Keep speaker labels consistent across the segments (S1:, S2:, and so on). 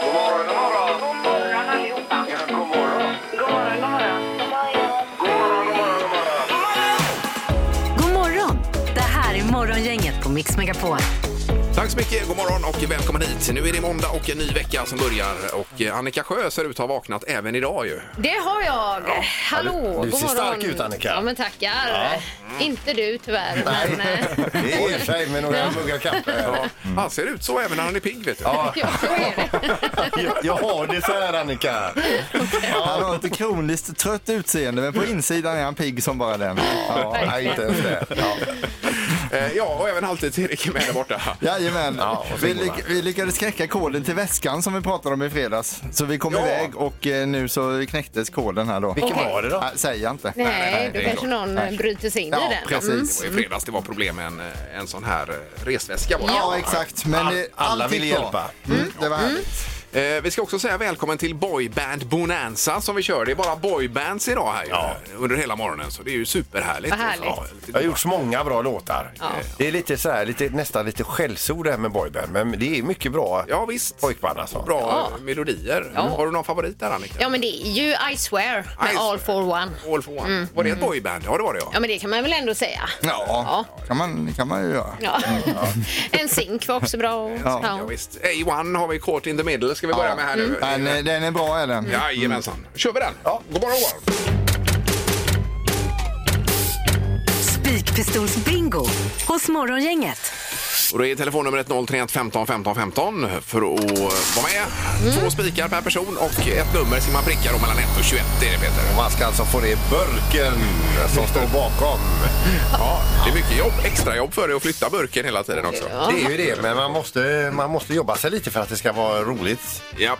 S1: God morgon, god morgon. God morgon allihopa. Ja, god morgon. God morgon, god morgon. God morgon, god morgon, god morgon.
S2: God morgon! Det här är Morgongänget på Mix Megapol.
S3: Tack så mycket, god morgon och välkommen hit. Nu är det måndag och en ny vecka som börjar och eh, Annika Sjö ser ut att ha vaknat även idag ju.
S4: Det har jag. Hallå,
S5: du
S4: god
S5: ser
S4: morgon.
S5: stark ut, Annika.
S4: Ja, men tackar. Inte du tyvärr.
S5: Nej.
S4: Men, eh,
S5: Det är i och för sig med några muggar kaffe.
S3: Han ser ut så även när han är pigg vet du.
S5: Ja.
S4: ja, så är det.
S5: Jag, jag har det så här, Annika.
S6: Han har ett kroniskt trött utseende men på insidan är han pigg som bara den. Ja.
S5: Nej, inte ens det. Ja.
S3: Eh, Ja, och även Halvtids-Erik är med där borta.
S6: Jajamän.
S5: Ja, och så
S6: vi,
S5: går
S6: lyck-
S5: man.
S6: vi lyckades knäcka koden till väskan som vi pratade om i fredags. Så vi kom
S3: Ja.
S6: iväg och eh, nu så knäcktes koden här då.
S5: Vilken var det då?
S6: Nej, säger jag inte.
S4: Nej, då
S6: det är
S4: kanske
S6: klart.
S4: någon eh,
S6: Nej.
S4: bryter sig in i
S6: Ja,
S4: den.
S6: precis.
S3: Det var i fredags det var problem med en, eh, en sån här eh, resväska. Var det.
S6: Ja, exakt. Men
S5: All-
S6: eh,
S5: alla
S6: allt gick
S5: ville
S6: bra.
S5: hjälpa.
S6: Mm, det var härligt.
S3: Eh, Vi ska också säga välkommen till Boyband Bonanza som vi kör. Det är bara boybands idag här ju, eh,
S5: Ja.
S3: under hela morgonen så det är ju superhärligt.
S4: Vad härligt.
S3: Ja, lite-
S5: Det har gjorts många bra låtar. Det är lite så här, lite, nästan lite skällsord det här med boyband, men det är mycket bra
S3: Ja, visst.
S5: pojkband alltså.
S3: Bra eh, melodier. Har du någon favorit där Annika?
S4: Ja, men det är ju I swear med
S3: I swear.
S4: All for one.
S3: All for one. Var det ett boyband? Ja, det var det ja.
S4: Mm. Ja, men det kan man väl ändå säga.
S6: Ja, kan man, kan man ju göra.
S4: Ja. en zink var också bra. Ja.
S3: Ja, visst. A1 har vi Caught in the middle ska vi börja med här nu.
S6: Men eh, den är bra är den.
S3: Jajamensan. Kör vi den?
S5: Ja.
S3: God morgon, god morgon.
S2: Spikpistolsbingo hos Morgongänget.
S3: Och då är telefonnumret 031 15 15 15 för att vara med. Två spikar per person och ett nummer ska man pricka då mellan 1 och 21 är det Peter.
S5: Man ska alltså få det i burken som står bakom.
S3: Ja, det är mycket jobb, extra jobb för dig att flytta burken hela tiden också.
S4: Ja.
S5: Det är ju det, men man måste, man måste jobba sig lite för att det ska vara roligt.
S3: Ja.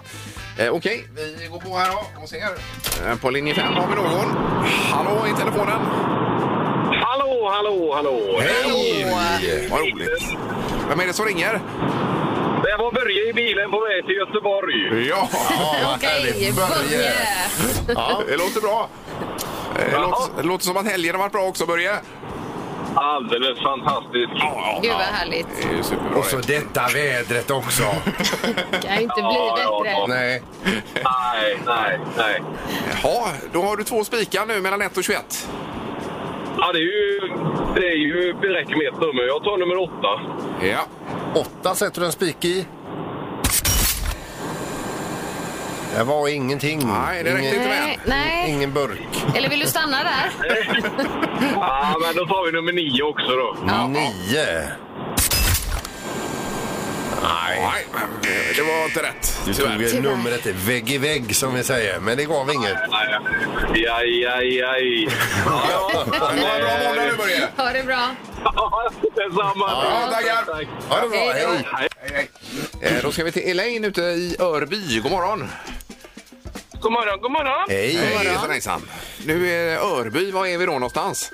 S3: Eh, Okej, vi går på här då och ser. Eh, På linje 5 har vi någon. Hallå i telefonen.
S1: Hallå, hallå, hallå.
S3: Hej! Vad roligt. Vem är det som ringer?
S1: Det var Börje i bilen på väg till Göteborg.
S3: Ja,
S5: Ja,
S4: Okej, Börje.
S3: det låter bra. Eh, Det låter, det låter som att helgen har varit bra också, Börje.
S1: Alldeles fantastiskt.
S3: Ja,
S4: Gud vad härligt.
S3: Det är ju superbra.
S5: Och så detta vädret också.
S4: Kan inte bli
S1: Ja, ja,
S4: bättre.
S1: ja.
S5: Nej.
S1: Nej, nej, nej.
S3: Ja, då har du två spikar nu mellan 1 och 21.
S1: Ja, det är ju... Det är ju det räcker med ett nummer. Jag tar nummer åtta.
S3: Ja.
S5: Åtta sätter du en spik i. Det var ingenting.
S3: Nej, det räckte
S5: ingen,
S3: inte
S4: Nej,
S3: med.
S4: nej.
S5: ingen burk.
S4: Eller vill du stanna där?
S1: Ja, men då tar vi nummer nio också då.
S5: Nio. Nej.
S3: Nej, men det var inte rätt.
S5: Du tog ju numret vägg i vägg som vi säger, men det gav inget.
S1: Nej, Aj, aj, aj. Ja, ja.
S3: Ha en bra måndag nu, Börje.
S4: Ha det bra.
S1: Ja, Detsamma.
S3: Ja, tackar.
S5: Ha det bra, hej!
S3: Eh, Då ska vi till Elaine ute i Örby. God morgon.
S1: God morgon, god morgon.
S5: Hej!
S3: Hejsan, hejsan. Nu är det Örby. Var är vi då någonstans?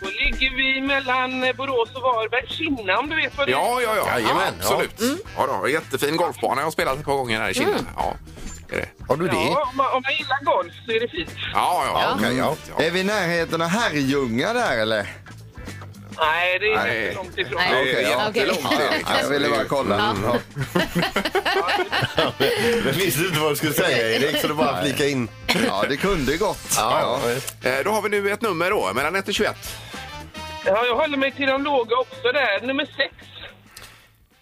S1: Då ligger vi mellan eh, Borås och Varberg. Kinna om du vet vad det är.
S3: Ja, ja, ja.
S5: Jajamän, ja. Mm.
S3: absolut. Ja, då, jättefin golfbana. Jag har spelat ett par gånger här i Kinna. Ja, är det.
S5: Har du det?
S1: Ja, om, man, om man gillar golf så är det fint.
S3: ja, ja.
S5: Okej, ja.
S6: Är vi i närheten av Herrljunga där eller?
S1: Nej, det är
S3: Nej.
S1: inte långt ifrån.
S4: Nej.
S3: Det är
S6: ja.
S3: jättelångt.
S4: Okej.
S6: Ja, jag ville bara kolla. Ja.
S5: Jag visste inte vad du skulle säga Erik, så du bara flika in.
S6: Ja, det kunde gått.
S5: Ja, ja.
S3: Eh, Då har vi nu ett nummer då, mellan 1 och 21.
S1: Ja, jag håller mig till de låga också där. Nummer sex.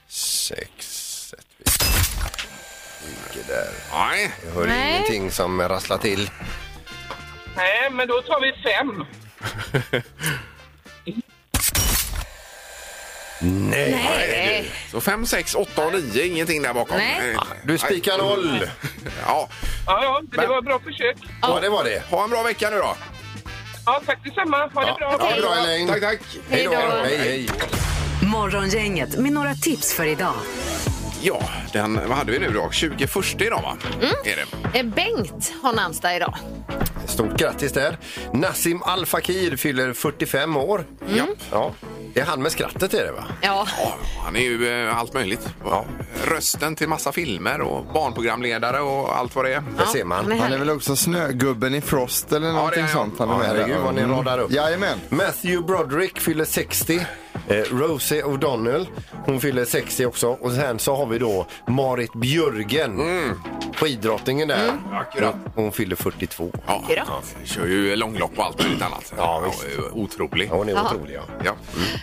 S5: Sex sätter vi. Ligger där.
S3: Nej.
S5: Jag hör
S4: Nej.
S5: ingenting som rasslar till.
S1: Nej, men då tar vi fem.
S5: Nej!
S4: Nej.
S3: Så 5, 6, 8 och 9. Ingenting där bakom.
S4: Nej.
S3: Eh,
S5: Ah, Du spikar noll!
S3: Ja.
S1: Ja, ja, det var ett bra försök.
S5: Ja, det var det.
S3: Ha en bra vecka nu då.
S1: Ja, tack detsamma. Ha det bra.
S5: Ha det bra Elaine!
S3: Tack, tack.
S5: Hej då!
S4: Hej då.
S5: Hej, hej!
S2: Morgongänget med några tips för idag.
S3: Ja, den, vad hade vi nu då? 21 idag va?
S5: Mm.
S3: Är det.
S4: Eh, Bengt har namnsdag idag.
S5: Stort grattis där. Nassim Al Fakir fyller 45 år.
S3: Ja.
S5: Ja. Det är han med skrattet är det va?
S4: Ja.
S3: Ja, han är ju eh, allt möjligt. Rösten till massa filmer och barnprogramledare och allt vad det är.
S5: Det ser man.
S4: han är
S6: Han är väl också snögubben i Frost eller någonting
S3: det är han.
S6: sånt. Han är
S5: Ja,
S6: med
S5: herregud,
S6: där.
S5: vad ni radar upp.
S6: Jajamän.
S5: Matthew Broderick fyller 60. Eh, Rosie O'Donnell Hon fyller 60 också. Och sen så har vi då Marit Björgen. Skidrottningen där.
S3: Mm. Akkurat.
S5: Hon fyller 42.
S3: Ja, ja, kör ju långlopp och allt möjligt annat.
S5: Ja, visst.
S3: är ju Otrolig.
S5: Ja, hon är
S4: Jaha.
S5: otrolig. Ja.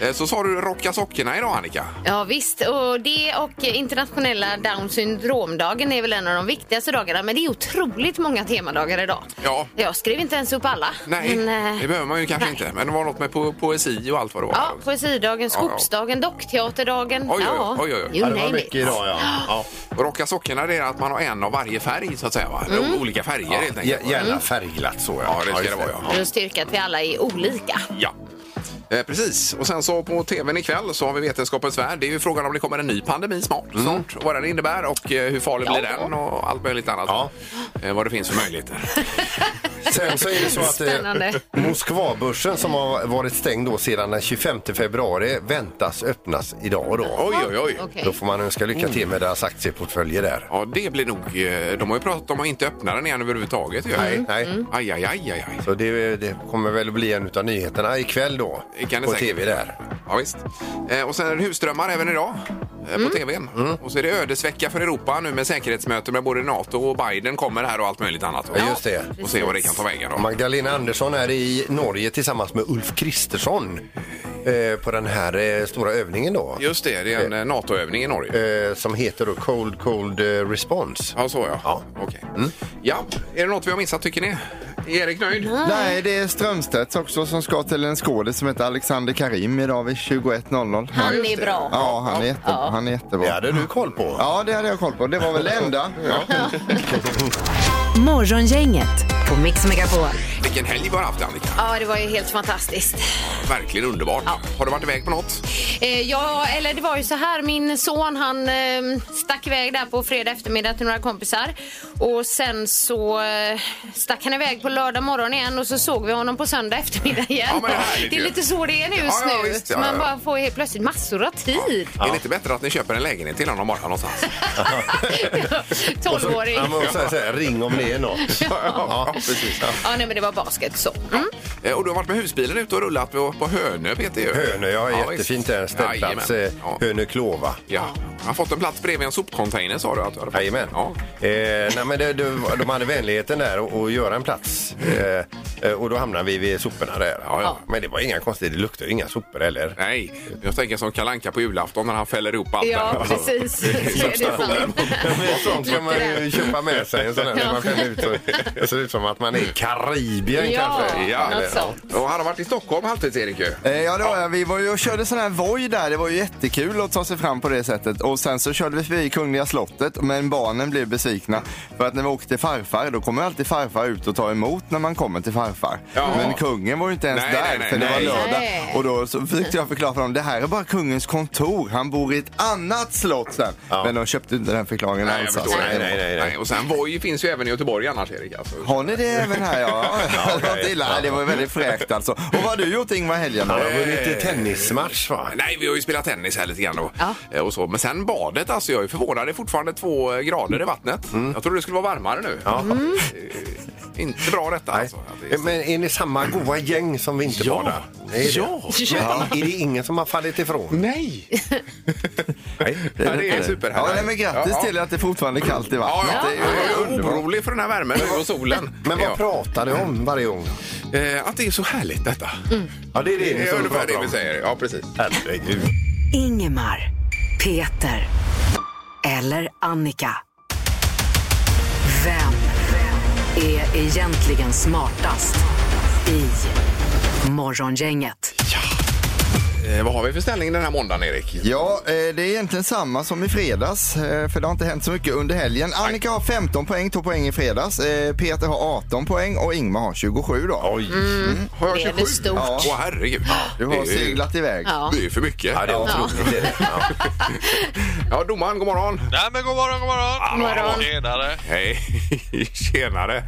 S3: Ja. Eh, Så sa du rocka sockorna idag Annika.
S4: Ja visst, och det och internationella Down syndromdagen är väl en av de viktigaste dagarna. Men det är otroligt många temadagar idag.
S3: Ja.
S4: Jag skrev inte ens upp alla.
S3: Nej,
S4: men, eh,
S3: det behöver man ju kanske
S4: nej.
S3: inte. Men det var något med po poesi och allt vad det var.
S4: Ja, poesidagen, skogsdagen, dockteaterdagen.
S3: Oj, oj,
S4: ja,
S3: oj, oj, oj.
S4: You
S5: Ja, det var
S4: name
S5: mycket
S4: it.
S5: idag, ja. ja.
S3: Och Rocka sockorna det är att man har en av varje färg så att säga va? Eller
S4: Mm.
S3: Olika färger helt
S5: Ja,
S3: enkelt.
S5: Gärna färgglatt så.
S3: Mm. Ja, det ska
S5: just
S3: det vara, ja.
S4: För att styrka att vi alla är olika.
S3: Ja. Eh, precis. Och sen så på tvn ikväll så har vi Vetenskapens värld. Det är ju frågan om det kommer en ny pandemi snart. snart och vad den innebär och eh, hur farlig blir den och allt möjligt annat.
S5: Ja.
S3: Eh, vad det finns för möjligheter.
S5: Sen så är det så att eh,
S4: Spännande.
S5: Moskvabörsen som har varit stängd då sedan den 25 februari väntas öppnas idag. Då.
S3: Oj, oj, oj.
S4: Okej.
S5: Då får man önska lycka till med deras aktieportföljer där.
S3: Ja, det blir nog... eh, De har ju pratat om att inte öppna den igen överhuvudtaget. ju.
S5: Nej, nej.
S3: Aj, aj, aj, aj, aj.
S5: Så det, det kommer väl bli en av nyheterna ikväll då.
S3: Det kan det
S5: på
S3: säkert.
S5: tv där.
S3: Ja, visst. Eh, och sen är det husdrömmar även idag eh, på tvn. Och så är det ödesvecka för Europa nu med säkerhetsmöte med både NATO och Biden kommer här och allt möjligt annat.
S5: Ja, just det.
S3: Och se vad det kan ta vägen. Då.
S5: Magdalena Andersson är i Norge tillsammans med Ulf Kristersson eh, på den här eh, stora övningen då.
S3: Just det, det är en eh, NATO-övning i Norge.
S5: Eh, som heter då Cold Cold eh, Response.
S3: Ja, så ja.
S5: Ja. Mm.
S3: Okej. Ja, är det något vi har missat tycker ni? Är Erik nöjd?
S6: Nej, det är Strömstedts också som ska till en skådis som heter Alexander Karim idag vid 21.00.
S4: Han
S3: just
S4: är
S3: det.
S4: bra.
S6: Ja, han är, jätte, han är jättebra.
S5: Det hade du koll på.
S6: Ja, det hade jag koll på. Det var väl det enda.
S2: Morgongänget på Mix Megapol.
S3: Vilken helg vi har haft Annika.
S4: Ja, det var ju helt fantastiskt.
S3: Verkligen underbart. Har du varit iväg på något?
S4: Eh, ja, eller det var ju så här. Min son han eh, stack iväg där på fredag eftermiddag till några kompisar. Och sen så eh, stack han iväg på lördag morgon igen och så såg vi honom på söndag eftermiddag igen.
S3: Ja, men det är härligt
S4: det är
S3: ju.
S4: lite så det är nu just
S3: ja,
S4: nu.
S3: visst, ja,
S4: Man
S3: ja.
S4: bara får helt plötsligt massor av tid.
S3: Är det inte bättre att ni köper en lägenhet till honom bara någonstans?
S4: 12-åring.
S5: Ja, men så här, så här, ring om det är något.
S3: ja, precis. Ja.
S4: Ja, nej, men det var basket så. Mm.
S3: Eh, Och du har varit med husbilen ute och rullat på, på Hönö, Peter. ju.
S5: Hönö, ja, jättefint
S3: visst.
S5: där. Ställplats eh,
S3: Jajamän. Ja.
S5: Hönö Klova.
S3: Ja. Jag har fått en plats bredvid en sopcontainer sa du att du hade fått.
S5: Jajamän.
S3: Ja.
S5: Eh, nej, men det, det, de hade vänligheten där och, och göra en plats. Eh, Eh, och då hamnade vi vid soporna där. Ja, ja. Men det var inga konstigheter, det luktade ju inga sopor heller.
S3: Nej, jag tänker som Kalanka på julafton när han fäller ihop allt.
S4: Ja,
S3: där.
S4: precis. Det är sant.
S5: Men Sånt kan man ju köpa med sig. En sån där,
S4: Ja.
S5: när man skäller ut så, det ser ut som att man är i Karibien
S4: Ja,
S5: kanske.
S3: Ja,
S4: något
S5: eller-
S4: sånt.
S3: Och han har varit i Stockholm halvtids-Erik ju.
S6: Eh, Ja, det var jag. Vi var ju och körde sån här voj där. Det var ju jättekul att ta sig fram på det sättet. Och sen så körde vi förbi Kungliga slottet, men barnen blev besvikna. För att när vi åkte till farfar, då kommer alltid farfar ut och tar emot när man kommer till farfar.
S3: Ja.
S6: Men kungen var ju inte ens
S3: Nej,
S6: där,
S3: nej, nej,
S6: för det
S3: nej.
S6: var lördag.
S4: Nej.
S6: Och då så försökte jag förklara för dem, det här är bara kungens kontor. Han bor i ett annat slott sen. Men de köpte inte den förklaringen
S3: Nej, jag
S6: alls.
S3: förstår.
S6: alltså.
S5: Nej, nej, nej, nej.
S3: Och sen Voi finns ju även i Göteborg annars, Erik. Alltså.
S6: Har ni det även här? Ja, ja, illa. Nej, det var väldigt fräckt alltså. Och vad har du gjort Ingvar helgen då?
S5: Han har vunnit en tennismatch va?
S3: Nej, vi har ju spelat tennis här lite grann och,
S4: Ja.
S3: eh, och så. Men sen badet, alltså jag är förvånad. Det är fortfarande två eh, grader i vattnet. Jag trodde det skulle vara varmare nu. Mm. Eh, Inte bra detta alltså. Att det är så-
S5: Men är ni samma goa gäng som vinterbadar?
S3: Ja.
S5: Är det?
S3: Ja.
S5: Men Är det ingen som har fallit ifrån?
S3: Nej!
S5: Nej.
S3: Ja, det är superhärligt.
S6: Ja, nej, men grattis
S3: Ja.
S6: till att det fortfarande är kallt i
S3: Ja,
S6: vattnet.
S3: ja.
S6: Det är
S3: Jag
S6: ju
S3: är
S6: underbart.
S3: orolig för den här värmen nu och solen.
S5: Men
S3: är
S5: vad
S3: jag.
S5: pratar du om varje gång?
S3: Eh, Att det är så härligt detta.
S5: Ja, det är
S3: Det är
S5: som
S3: ungefär
S5: pratar
S3: det
S5: om.
S3: vi säger. Ja, precis.
S5: Herregud.
S2: Ingemar, Peter eller Annika. Vem är egentligen smartast i Morgongänget?
S3: Eh, Vad har vi för ställning den här måndagen, Erik?
S6: Ja, eh, det är egentligen samma som i fredags, eh, för det har inte hänt så mycket under helgen. Annika har 15 poäng, tog poäng i fredags. Eh, Peter har 18 poäng och Ingmar har 27 då.
S5: Oj.
S3: Har jag
S4: Det är
S3: 27?
S4: väl stort.
S3: Mm. Åh, herregud.
S6: Du
S3: Det
S6: har
S3: är ju-
S6: seglat iväg.
S4: Ja.
S3: Det är ju för mycket.
S5: Ja, det är otroligt. det är det. Ja.
S3: Ja, domaren, god morgon.
S7: Nej men god morgon, god morgon!
S1: Ah,
S4: morgon.
S7: Tjenare!
S3: Hej, tjenare.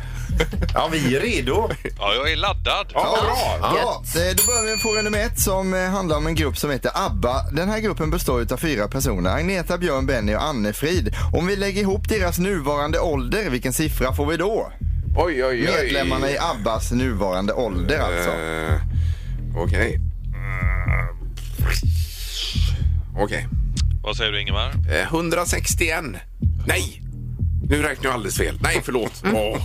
S5: ja, vi är redo.
S7: Ja, jag är laddad.
S3: Ja, bra.
S6: Ja, eh, då börjar vi med fråga nummer ett som eh, handlar om en grupp som heter ABBA. Den här gruppen består av fyra personer. Agneta, Björn, Benny och Anne-Frid. Om vi lägger ihop deras nuvarande ålder, vilken siffra får vi då?
S3: Oj, oj, oj.
S6: Medlemmarna i ABBAs nuvarande ålder alltså.
S3: Eh, Okej. Mm. Okej.
S7: Vad säger du Ingemar?
S3: Eh, 161. Nej! Nu räknar jag alldeles fel. Nej, förlåt. Åh.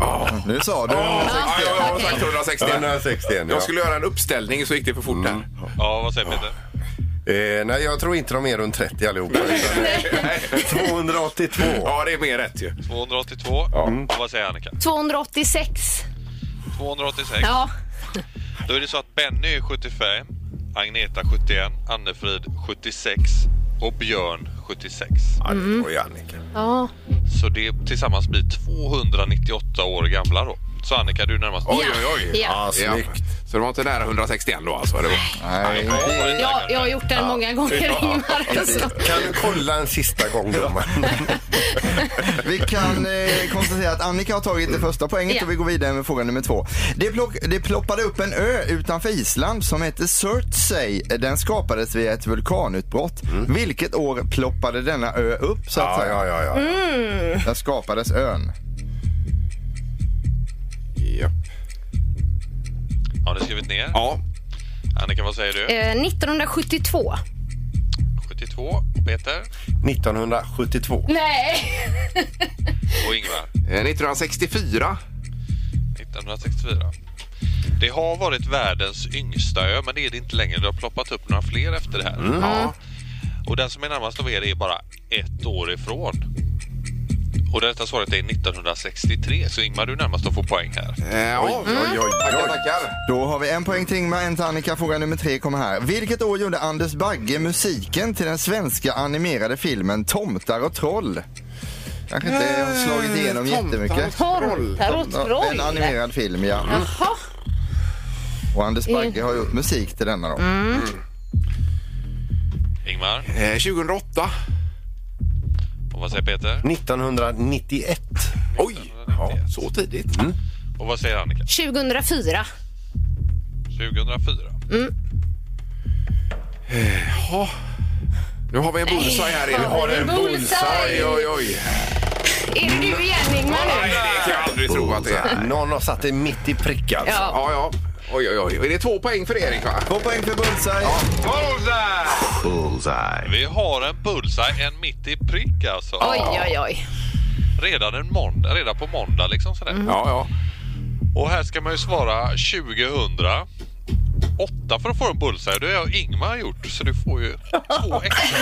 S3: Åh.
S6: Nu sa du.
S3: Ja, jag har sagt 161.
S5: 161, ja.
S3: Jag skulle göra en uppställning så gick det för fort där.
S7: Ja, vad säger Peter?
S5: Eh, nej, jag tror inte de är runt 30 allihopa. utan 282.
S3: Ja, det är mer rätt ju.
S7: 282. Och vad säger Annika?
S4: 286.
S7: 286.
S4: Ja.
S7: Då är det så att Benny är 75, Agneta 71, Annefrid 76 och Björn 76.
S5: Ja, det var ju Annika.
S4: Mm. ja.
S7: Så det tillsammans blir 298 år gamla då. Så Annika, du är närmast.
S3: Oj, oj, oj.
S4: Ja.
S5: Ja,
S3: Ja.
S5: snyggt.
S3: Så det var inte nära 161 då alltså? Det var...
S6: Nej.
S4: Ja, jag har gjort den många gånger, Ingemar. Så.
S5: Kan du kolla en sista gång, domaren?
S6: Vi kan eh, konstatera att Annika har tagit det första poänget
S4: Ja.
S6: och vi går vidare med fråga nummer två. Det, plock, det ploppade upp en ö utanför Island som heter Surtsey. Den skapades via ett vulkanutbrott. Vilket år ploppade denna ö upp så att
S5: Ja,
S6: säga?
S5: ja, ja. ja.
S6: Där skapades ön.
S3: Ja.
S7: Har ni skrivit ner?
S3: ja.
S7: Annika, vad säger du?
S4: Eh, 1972.
S7: 72. Peter
S5: 1972.
S4: Nej!
S7: och Ingvar.
S3: Eh, 1964.
S7: 1964. Det har varit världens yngsta ö, men det är det inte längre. Det har ploppat upp några fler efter det här. Ja. Och den som är närmast av er är bara ett år ifrån. Och det rätta svaret är 1963, så Ingmar du är närmast att få poäng här.
S3: Eh, oj,
S4: Mm.
S3: oj, oj. Tackar, tackar.
S6: Då har vi en poäng till Ingmar, en till Annika. Fråga nummer tre kommer här. Vilket år gjorde Anders Bagge musiken till den svenska animerade filmen Tomtar och troll? Kanske inte
S4: Eh,
S6: har slagit igenom jättemycket.
S4: Tomtar och
S6: Ja, En
S4: troll.
S6: animerad film, ja.
S4: Jaha. Eh.
S6: Och Anders Bagge har gjort musik till denna då.
S4: Mm.
S7: Ingmar,
S3: Eh, 2008.
S7: och vad säger Peter?
S5: 1991.
S3: Oj, ja, så tidigt.
S7: Och vad säger Annika?
S4: 2004.
S7: 2004.
S3: Nu har vi en bullseye här inne.
S4: har en bullseye.
S3: Oj, oj, oj.
S4: Är det du igen, Ingmar?
S3: Nej,
S4: Nu?
S3: det kan jag aldrig tro att det är.
S5: Någon har satt det mitt i prick alltså.
S4: Ja.
S3: Ja, ja. Oj, oj, oj. Är det två poäng för Erik? Va?
S6: Två poäng för Bullseye.
S3: Bullseye!
S7: Vi har en bullseye, en mitt i prick alltså.
S4: Oj, oj, oj.
S7: Redan, en måndag, redan på måndag liksom sådär.
S3: Ja, ja.
S7: Och här ska man ju svara 2000. Åtta för att få en bullseye. Det har jag och Ingmar gjort, så du får ju två extra.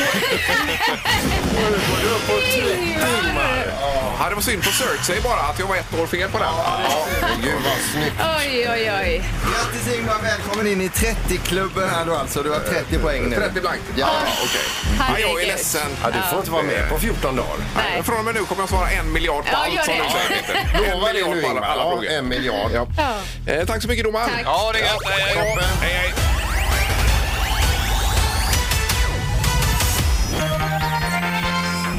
S3: Ja, det var synd på Surtsey bara att jag var ett år fel på den. Ja, gud vad snyggt.
S4: Oj, oj, oj.
S6: Grattis Ingmar, välkommen in i 30-klubben här då alltså. Du har 30 poäng nu.
S3: 30 blankt.
S6: Ja,
S3: okej. Ja, jag är
S4: Herregud.
S3: ledsen.
S5: Ja, du får inte vara med på 14 dagar.
S4: Nej.
S3: Från och med nu kommer jag svara en miljard på
S4: Ja,
S3: allt
S4: gör
S3: som
S4: det.
S3: du säger, Peter. En
S5: Lovar det
S3: miljard
S5: nu
S3: på alla,
S5: Ingmar.
S3: alla
S5: Ja,
S3: frågor.
S5: en miljard. Ja.
S4: Ja.
S3: Eh, tack så mycket domaren.
S4: Tack.
S7: Ja, det är gött. Hej, hej.
S3: Toppen.
S7: hej, hej.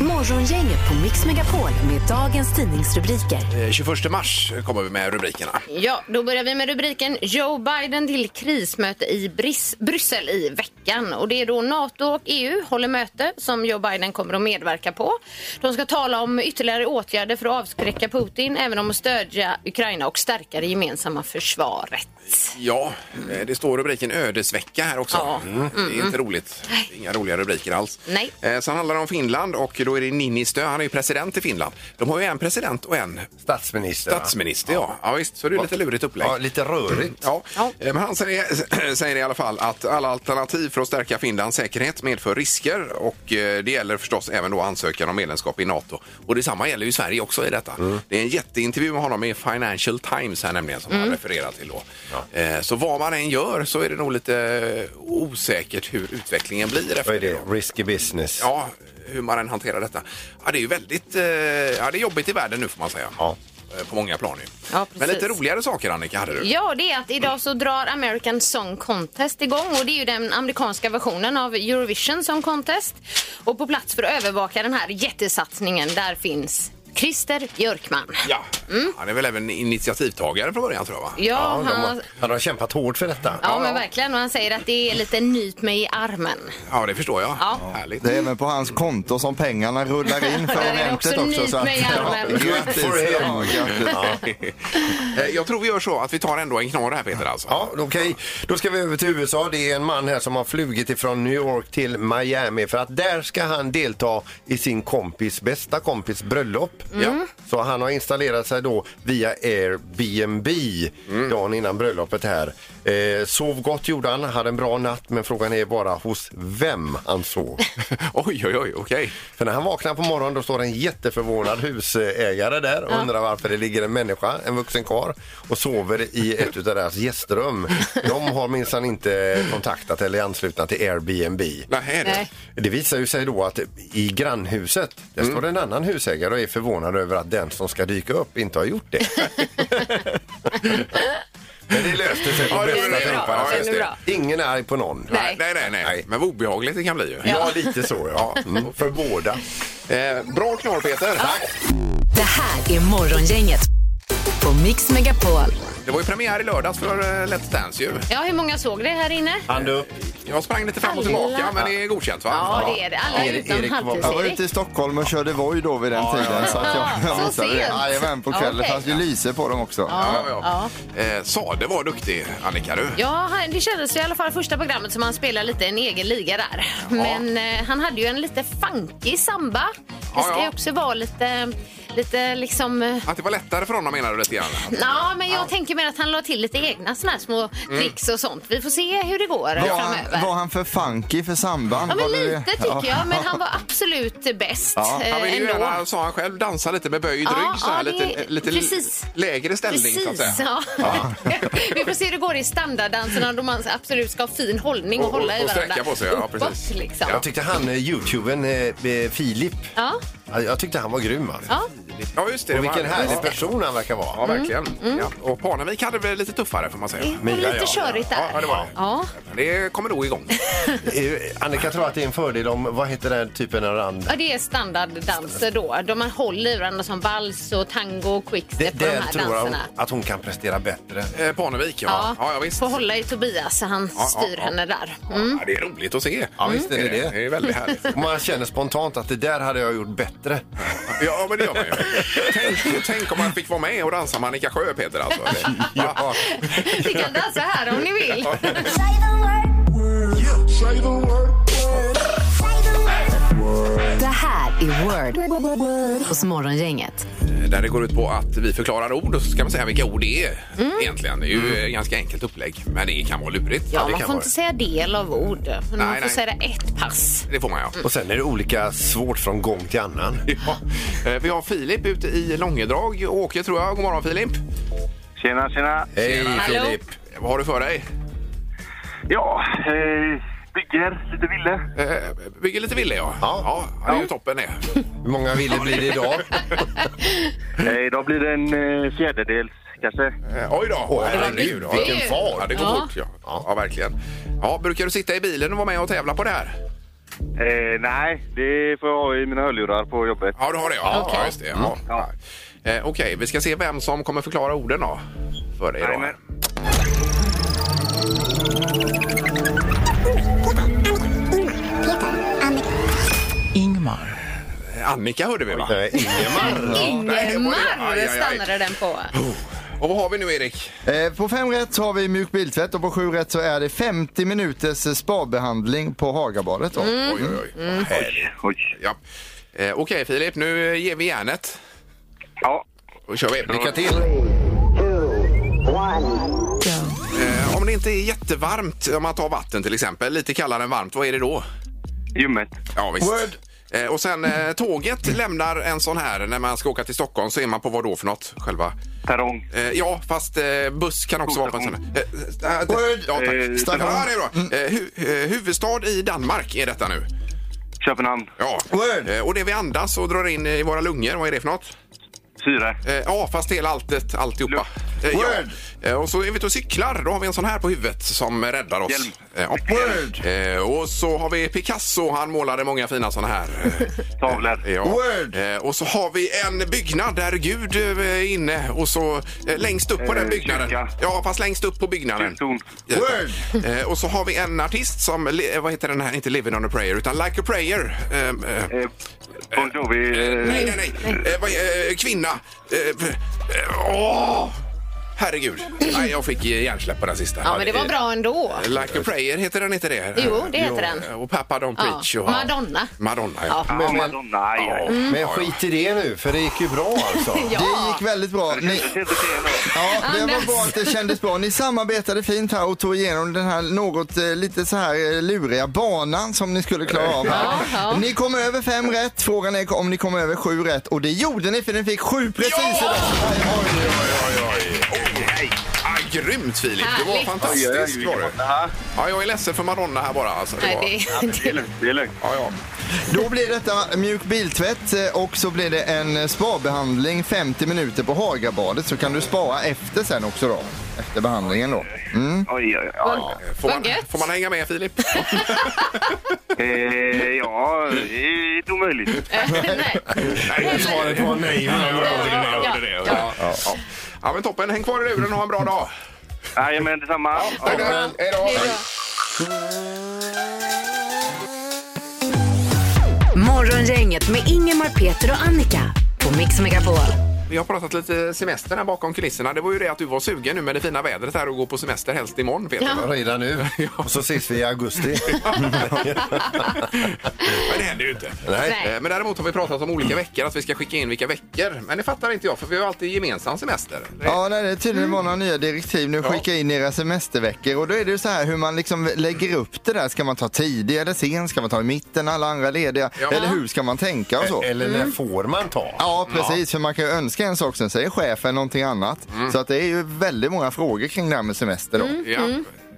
S2: Morgongänget på Mix Megapol med dagens tidningsrubriker.
S3: Eh, 21 mars kommer vi med rubrikerna.
S4: Ja, då börjar vi med rubriken Joe Biden till krismöte i Bris- Bryssel i veckan. Och det är då NATO och EU håller möte som Joe Biden kommer att medverka på. De ska tala om ytterligare åtgärder för att avskräcka Putin, även om att stödja Ukraina och stärka det gemensamma försvaret.
S3: Ja, eh, det står rubriken ödesvecka här också.
S4: Ja.
S3: Mm. Det är inte roligt. Det är Inga roliga rubriker alls.
S4: Nej.
S3: Eh, Sen handlar det om Finland och då är det Niinistö. Han är ju president i Finland. De har ju en president och en
S5: Statsminister. va?
S3: statsminister. Ja, ja visst. Så det är lite lurigt upplägg.
S5: Ja, lite rörigt.
S3: Ja,
S4: Ja.
S3: eh, men han säger, säger i alla fall att alla alternativ för att stärka Finlands säkerhet medför risker och eh, det gäller förstås även då ansökan om medlemskap i NATO. Och detsamma gäller ju Sverige också i detta.
S5: Mm.
S3: Det är en jätteintervju med honom i Financial Times här nämligen som
S4: Mm.
S3: han refererar till då. Eh, Så vad man än gör så är det nog lite eh, osäkert hur utvecklingen blir
S5: Vad
S3: efter
S5: är
S3: det.
S5: det?
S3: då.
S5: Risky business.
S3: Ja, hur man än hanterar detta. Ja, det är ju väldigt eh, ja, det är jobbigt i världen nu får man säga.
S5: Ja.
S3: Eh, På många plan ju.
S4: Ja, precis.
S3: Men lite roligare saker Annika hade du.
S4: Ja, det är att idag så drar American Song Contest igång och det är ju den amerikanska versionen av Eurovision Song Contest. Och på plats för att övervaka den här jättesatsningen, där finns Christer Björkman.
S3: Ja. Mm. Han är väl även initiativtagare från början tror jag va?
S4: Ja,
S5: Ja, de
S4: han,
S5: har, han har kämpat hårt för detta.
S4: ja, men verkligen. Och han säger att det är lite nyp mig i armen.
S3: Ja, det förstår jag.
S4: Ja.
S3: Härligt.
S6: Det är även på hans konto som pengarna rullar in
S4: Där
S6: för
S4: är det
S6: eventet
S4: också
S6: också.
S4: nyp mig i armen.
S6: grattis.
S5: For him.
S6: Ja, grattis.
S3: Eh, Jag tror vi gör så att vi tar ändå en knorr här Peter alltså.
S5: Ja, okej. Då ska vi över till USA. Det är en man här som har flugit ifrån New York till Miami för att där ska han delta i sin kompis, bästa kompis bröllop. Ja. Så han har installerat sig då via Airbnb dagen innan bröllopet här. Eh, sov gott gjorde han, hade en bra natt men frågan är bara hos vem han sov.
S3: Oj, oj, oj, okej.
S5: För när han vaknar på morgonen då står en jätteförvånad husägare där och undrar varför det ligger en människa, en vuxen karl, och sover i ett av deras gästrum. De har minsann inte kontaktat eller är anslutna till Airbnb.
S3: Nähä du.
S4: Nej.
S5: Det visar ju sig då att i grannhuset, där står en annan husägare och är förvånad över att den som ska dyka upp inte har gjort det. Men det löste sig på
S3: Ja, det
S5: bästa
S3: är bra.
S5: tänkbara
S3: Ja, det är
S5: sätt.
S4: bra.
S5: Ingen är arg på någon.
S4: Nej.
S3: Nej, nej, nej,
S5: Nej.
S3: Men vad obehagligt det kan bli ju.
S5: Ja, lite så ja. Mm. För båda.
S3: Eh, bra knorr Peter.
S2: Det här är Morgongänget på Mix Megapol.
S3: Det var ju premiär i lördags för eh, Let's Dance ju.
S4: Ja, hur många såg det här inne?
S5: Hand upp.
S3: Jag sprang lite fram och
S4: Alla.
S3: tillbaka men det är godkänt va?
S4: Ja, det är det. Alla
S5: Erik-
S4: utom
S5: Erik var-
S6: Jag var
S4: halvtids-Erik.
S6: ute i Stockholm och körde Voi då vid den tiden. Så att
S4: Ja,
S6: jag,
S4: så
S6: jag missade det.
S4: sent.
S6: Jajamän, på kvällen. Det
S4: Okej.
S6: fanns ju lyse på dem också.
S3: Ja, ja. Eh, Sade var duktig Annika du.
S4: Ja, han- det kändes i alla fall första programmet som han spelade lite en egen liga där. Men eh, han hade ju en lite funky samba. Det
S3: Ja,
S4: ska
S3: ja.
S4: ju också vara lite, lite liksom... eh,
S3: Att det var lättare för honom menar du lite grann?
S4: Ja, men jag tänker mer att han la till lite egna såna här små tricks och sånt. Vi får se hur det går
S6: Var,
S4: framöver.
S6: han, var han för funky för samband?
S4: Ja, men
S6: Var det-
S4: lite tycker jag. Men han var absolut bäst
S6: Ja,
S4: eh,
S3: Han ville ju
S4: ändå.
S3: gärna, sa han själv, dansa lite med böjd
S4: Ja,
S3: rygg så här,
S4: ja, det-
S3: lite, lite
S4: precis.
S3: lägre ställning så att
S4: Precis,
S3: säga.
S4: ja. Vi får se hur det går i standarddanserna då man absolut ska ha fin hållning och,
S3: Och- och-
S4: hålla i
S3: och
S4: varandra.
S3: sträcka på sig, ja, precis.
S4: Uppåt, liksom.
S3: Ja.
S5: Jag tyckte han, eh, youtubern eh, eh, Filip,
S4: Ja.
S5: ja, jag tyckte han var grym. Alltså.
S4: Ja.
S3: Ja, just det.
S5: Och
S3: det var
S5: vilken
S3: han.
S5: härlig person han verkar vara.
S3: Ja, verkligen.
S4: Mm,
S3: Ja. Och Parnevik hade väl lite tuffare får man säga.
S4: Det var
S5: Mia,
S4: lite
S5: ja.
S4: körigt där.
S3: Ja, det var det.
S4: Ja.
S3: Men Det kommer nog igång.
S5: Eh, Annika tror att det är en fördel om, vad heter den typen av rand?
S4: Ja, det är standarddanser då. Då man håller i varandra som vals och tango och
S5: Det,
S4: quickstep på de
S5: där
S4: här
S5: tror jag
S4: danserna.
S5: att hon kan prestera bättre.
S3: Eh, Parnevik, ja. Ja, ja visst.
S4: får hålla i Tobias så han
S3: Ja, ja,
S4: styr
S3: ja.
S4: henne där. Mm.
S3: Ja, det är roligt att se. Mm.
S5: Ja, visst är det det.
S3: Det är väldigt härligt.
S5: Man känner spontant att det där hade jag gjort bättre.
S3: Ja, men det gör man ju. Tänk, tänk om man fick vara med och dansa med Annika Sjö, Peter. Alltså. Ja.
S4: Ni kan dansa här om ni vill.
S2: Det här är Word hos Morgongänget.
S3: Där det går ut på att vi förklarar ord och så ska man säga vilka ord det är.
S4: Mm.
S3: Egentligen. Det är
S5: Mm.
S3: ju eh, ganska enkelt upplägg, men det kan vara lurigt.
S4: Ja,
S3: det
S4: man
S3: kan
S4: får
S3: vara
S4: inte säga del av ord. Men man får
S3: nej.
S4: säga ett pass.
S3: det. Det får man, ja.
S5: Och sen är det olika svårt från gång till annan.
S3: ja. Eh, Vi har Filip ute i Långedrag. Åke, tror jag. God morgon, Filip.
S1: Tjena, tjena.
S5: Hej
S4: Hallå.
S5: Filip!
S3: Eh, Vad har du för dig?
S1: Ja, eh, bygger lite ville.
S3: Eh, Bygger lite villa, ja.
S5: Ja.
S3: det är ju toppen det.
S5: Hur många ville blir det idag?
S1: Eh, idag blir det en eh, fjärdedels kanske.
S3: Eh, Oj då!
S5: Åh, herregud,
S4: mycket.
S5: vilken
S3: Ja,
S5: fart!
S3: det går
S4: Ja.
S3: fort. Ja. Ja. verkligen. Ja, brukar du sitta i bilen och vara med och tävla på det här?
S1: Eh, nej, det får jag ha i mina hörlurar på jobbet.
S3: Ja, du har det. Ja,
S4: Okej.
S3: ja just det. Ja.
S1: Ja.
S3: Eh, Okej, vi ska se vem som kommer förklara orden då. För dig då.
S1: Jajamän.
S3: Eh, Annika hörde vi, va?
S5: Nej, Ingemar!
S3: nej, det var det.
S4: Ingemar
S3: Aj, aj, aj.
S4: stannade den på.
S3: Och vad har vi nu, Erik?
S6: Eh, På fem rätt så har vi mjuk biltvätt och på sju rätt så är det 50 minuters eh, spabehandling på Hagabadet. Då.
S4: Mm.
S3: Oj, oj, oj. Härligt.
S1: Mm. Oj.
S3: Ja. Eh, Okej, Filip, nu ger vi järnet.
S1: Ja.
S3: Då kör vi.
S5: Lycka till!
S3: Eh, om det inte är jättevarmt, om man tar vatten till exempel, lite kallare än varmt, vad är det då?
S1: Ljummet.
S3: Ja, visst.
S5: Word.
S3: Eh, och sen eh, tåget lämnar en sån här när man ska åka till Stockholm så är man på vad då för något? Själva?
S1: Perrong.
S3: Eh, ja, fast eh, buss kan också vara på en sån här. Eh, eh,
S6: Word.
S3: Ja,
S1: Eh,
S3: tack.
S1: Stockholm.
S3: Ja, det är bra. Eh, hu- eh, huvudstad i Danmark är detta nu.
S1: Köpenhamn.
S3: Ja.
S6: Word.
S3: Eh, och det vi andas och drar in i våra lungor, vad är det för något?
S1: Syre.
S3: Eh, ja, fast hela alltet, alltihopa.
S1: Luft.
S3: Eh,
S5: Word.
S3: Ja. Eh, Och så är vi ute och cyklar. Då har vi en sån här på huvudet som räddar oss.
S1: Hjälm.
S3: Eh, ja.
S5: Word.
S3: Eh, Och så har vi Picasso. Han målade många fina såna här. eh,
S1: Tavlor.
S3: eh, ja.
S5: Word.
S3: Eh, Och så har vi en byggnad där Gud eh, är inne. Och så eh, längst upp på
S1: Eh,
S3: den byggnaden.
S1: kyrka.
S3: Ja, fast längst upp på byggnaden.
S1: Kyrktorn.
S3: Word. Eh, Och så har vi en artist som, li- eh, vad heter den här, inte Living on a prayer, utan Like a prayer. Eh, eh,
S1: Eh, Bon Jovi.
S3: eh,
S1: eh,
S3: nej, nej, nej. Eh, vad, eh, kvinna. Eh, p- eh, åh! Herregud. Nej, jag fick eh, hjärnsläpp på den sista.
S4: Ja, men det var bra ändå.
S3: Eh, Like a prayer, heter den inte det?
S4: Jo, det heter den.
S3: Eh, Och Papa Don't
S4: Ja.
S3: Preach. Och,
S4: Madonna.
S3: Madonna, ja.
S4: Ja.
S1: Ja, Madonna. Aj, aj.
S5: Men skit i det nu, för det gick ju bra alltså.
S6: Det gick väldigt bra. Ni,
S1: Jag ser inte till ändå.
S6: ja, det var
S4: Anders.
S6: bra att det kändes bra. Ni samarbetade fint här och tog igenom den här något eh, lite så här eh, luriga banan som ni skulle klara av här.
S4: Ja, ja.
S6: Ni kom över fem rätt. Frågan är om ni kom över sju rätt och det gjorde ni för ni fick sju precis idag.
S3: Oj, ah, grymt Filip, det var
S4: Härligt.
S3: fantastiskt. Var det. Ja, jag är ledsen för Madonna här bara. Alltså, det
S4: Nej,
S3: var...
S4: det,
S1: Det är lugnt. Det är lugnt.
S3: ja, ja.
S6: Då blir detta mjuk biltvätt eh, och så blir det en eh, spabehandling 50 minuter på Hagabadet så kan du spara efter sen också då. Efter behandlingen då.
S1: Oj, oj, oj. Ja,
S3: Får,
S4: Vad
S3: man,
S4: gött.
S3: får man hänga med Filip?
S1: Eh, ja, det är inte omöjligt.
S4: nej.
S3: Nej, svaret var nej. Jag hörde det, jag hörde det. Ja, ja, ja. Ja, men toppen, häng kvar i luren och ha en bra dag.
S1: Jajamän, detsamma. Ja.
S3: Hej då.
S4: Det är bra.
S2: Morgongänget med Ingemar, Peter och Annika på Mix Megapol.
S3: Vi har pratat lite semester här bakom kulisserna. Det var ju det att du var sugen nu med det fina vädret här och gå på semester helst imorgon Peter.
S4: Ja.
S5: Redan nu. Och så ses vi i augusti.
S3: Men det händer ju inte.
S5: Nej.
S3: Eh, Men däremot har vi pratat om olika veckor, att vi ska skicka in vilka veckor. Men det fattar inte jag, för vi har ju alltid gemensam semester.
S6: Ja, nej, det är tydligen
S3: Mm.
S6: var några nya direktiv nu. Skicka in era semesterveckor. Och då är det ju så här hur man liksom lägger upp det där. Ska man ta tidig eller sen? Ska man ta i mitten? Alla andra lediga?
S3: Ja.
S6: Eller hur ska man tänka och så?
S5: Eller när får man ta?
S6: Ja, precis. För man kan ju önska en sak, sen säger chefen någonting annat.
S3: Mm.
S6: Så att det är ju väldigt många frågor kring det här med semester då.
S3: Ja.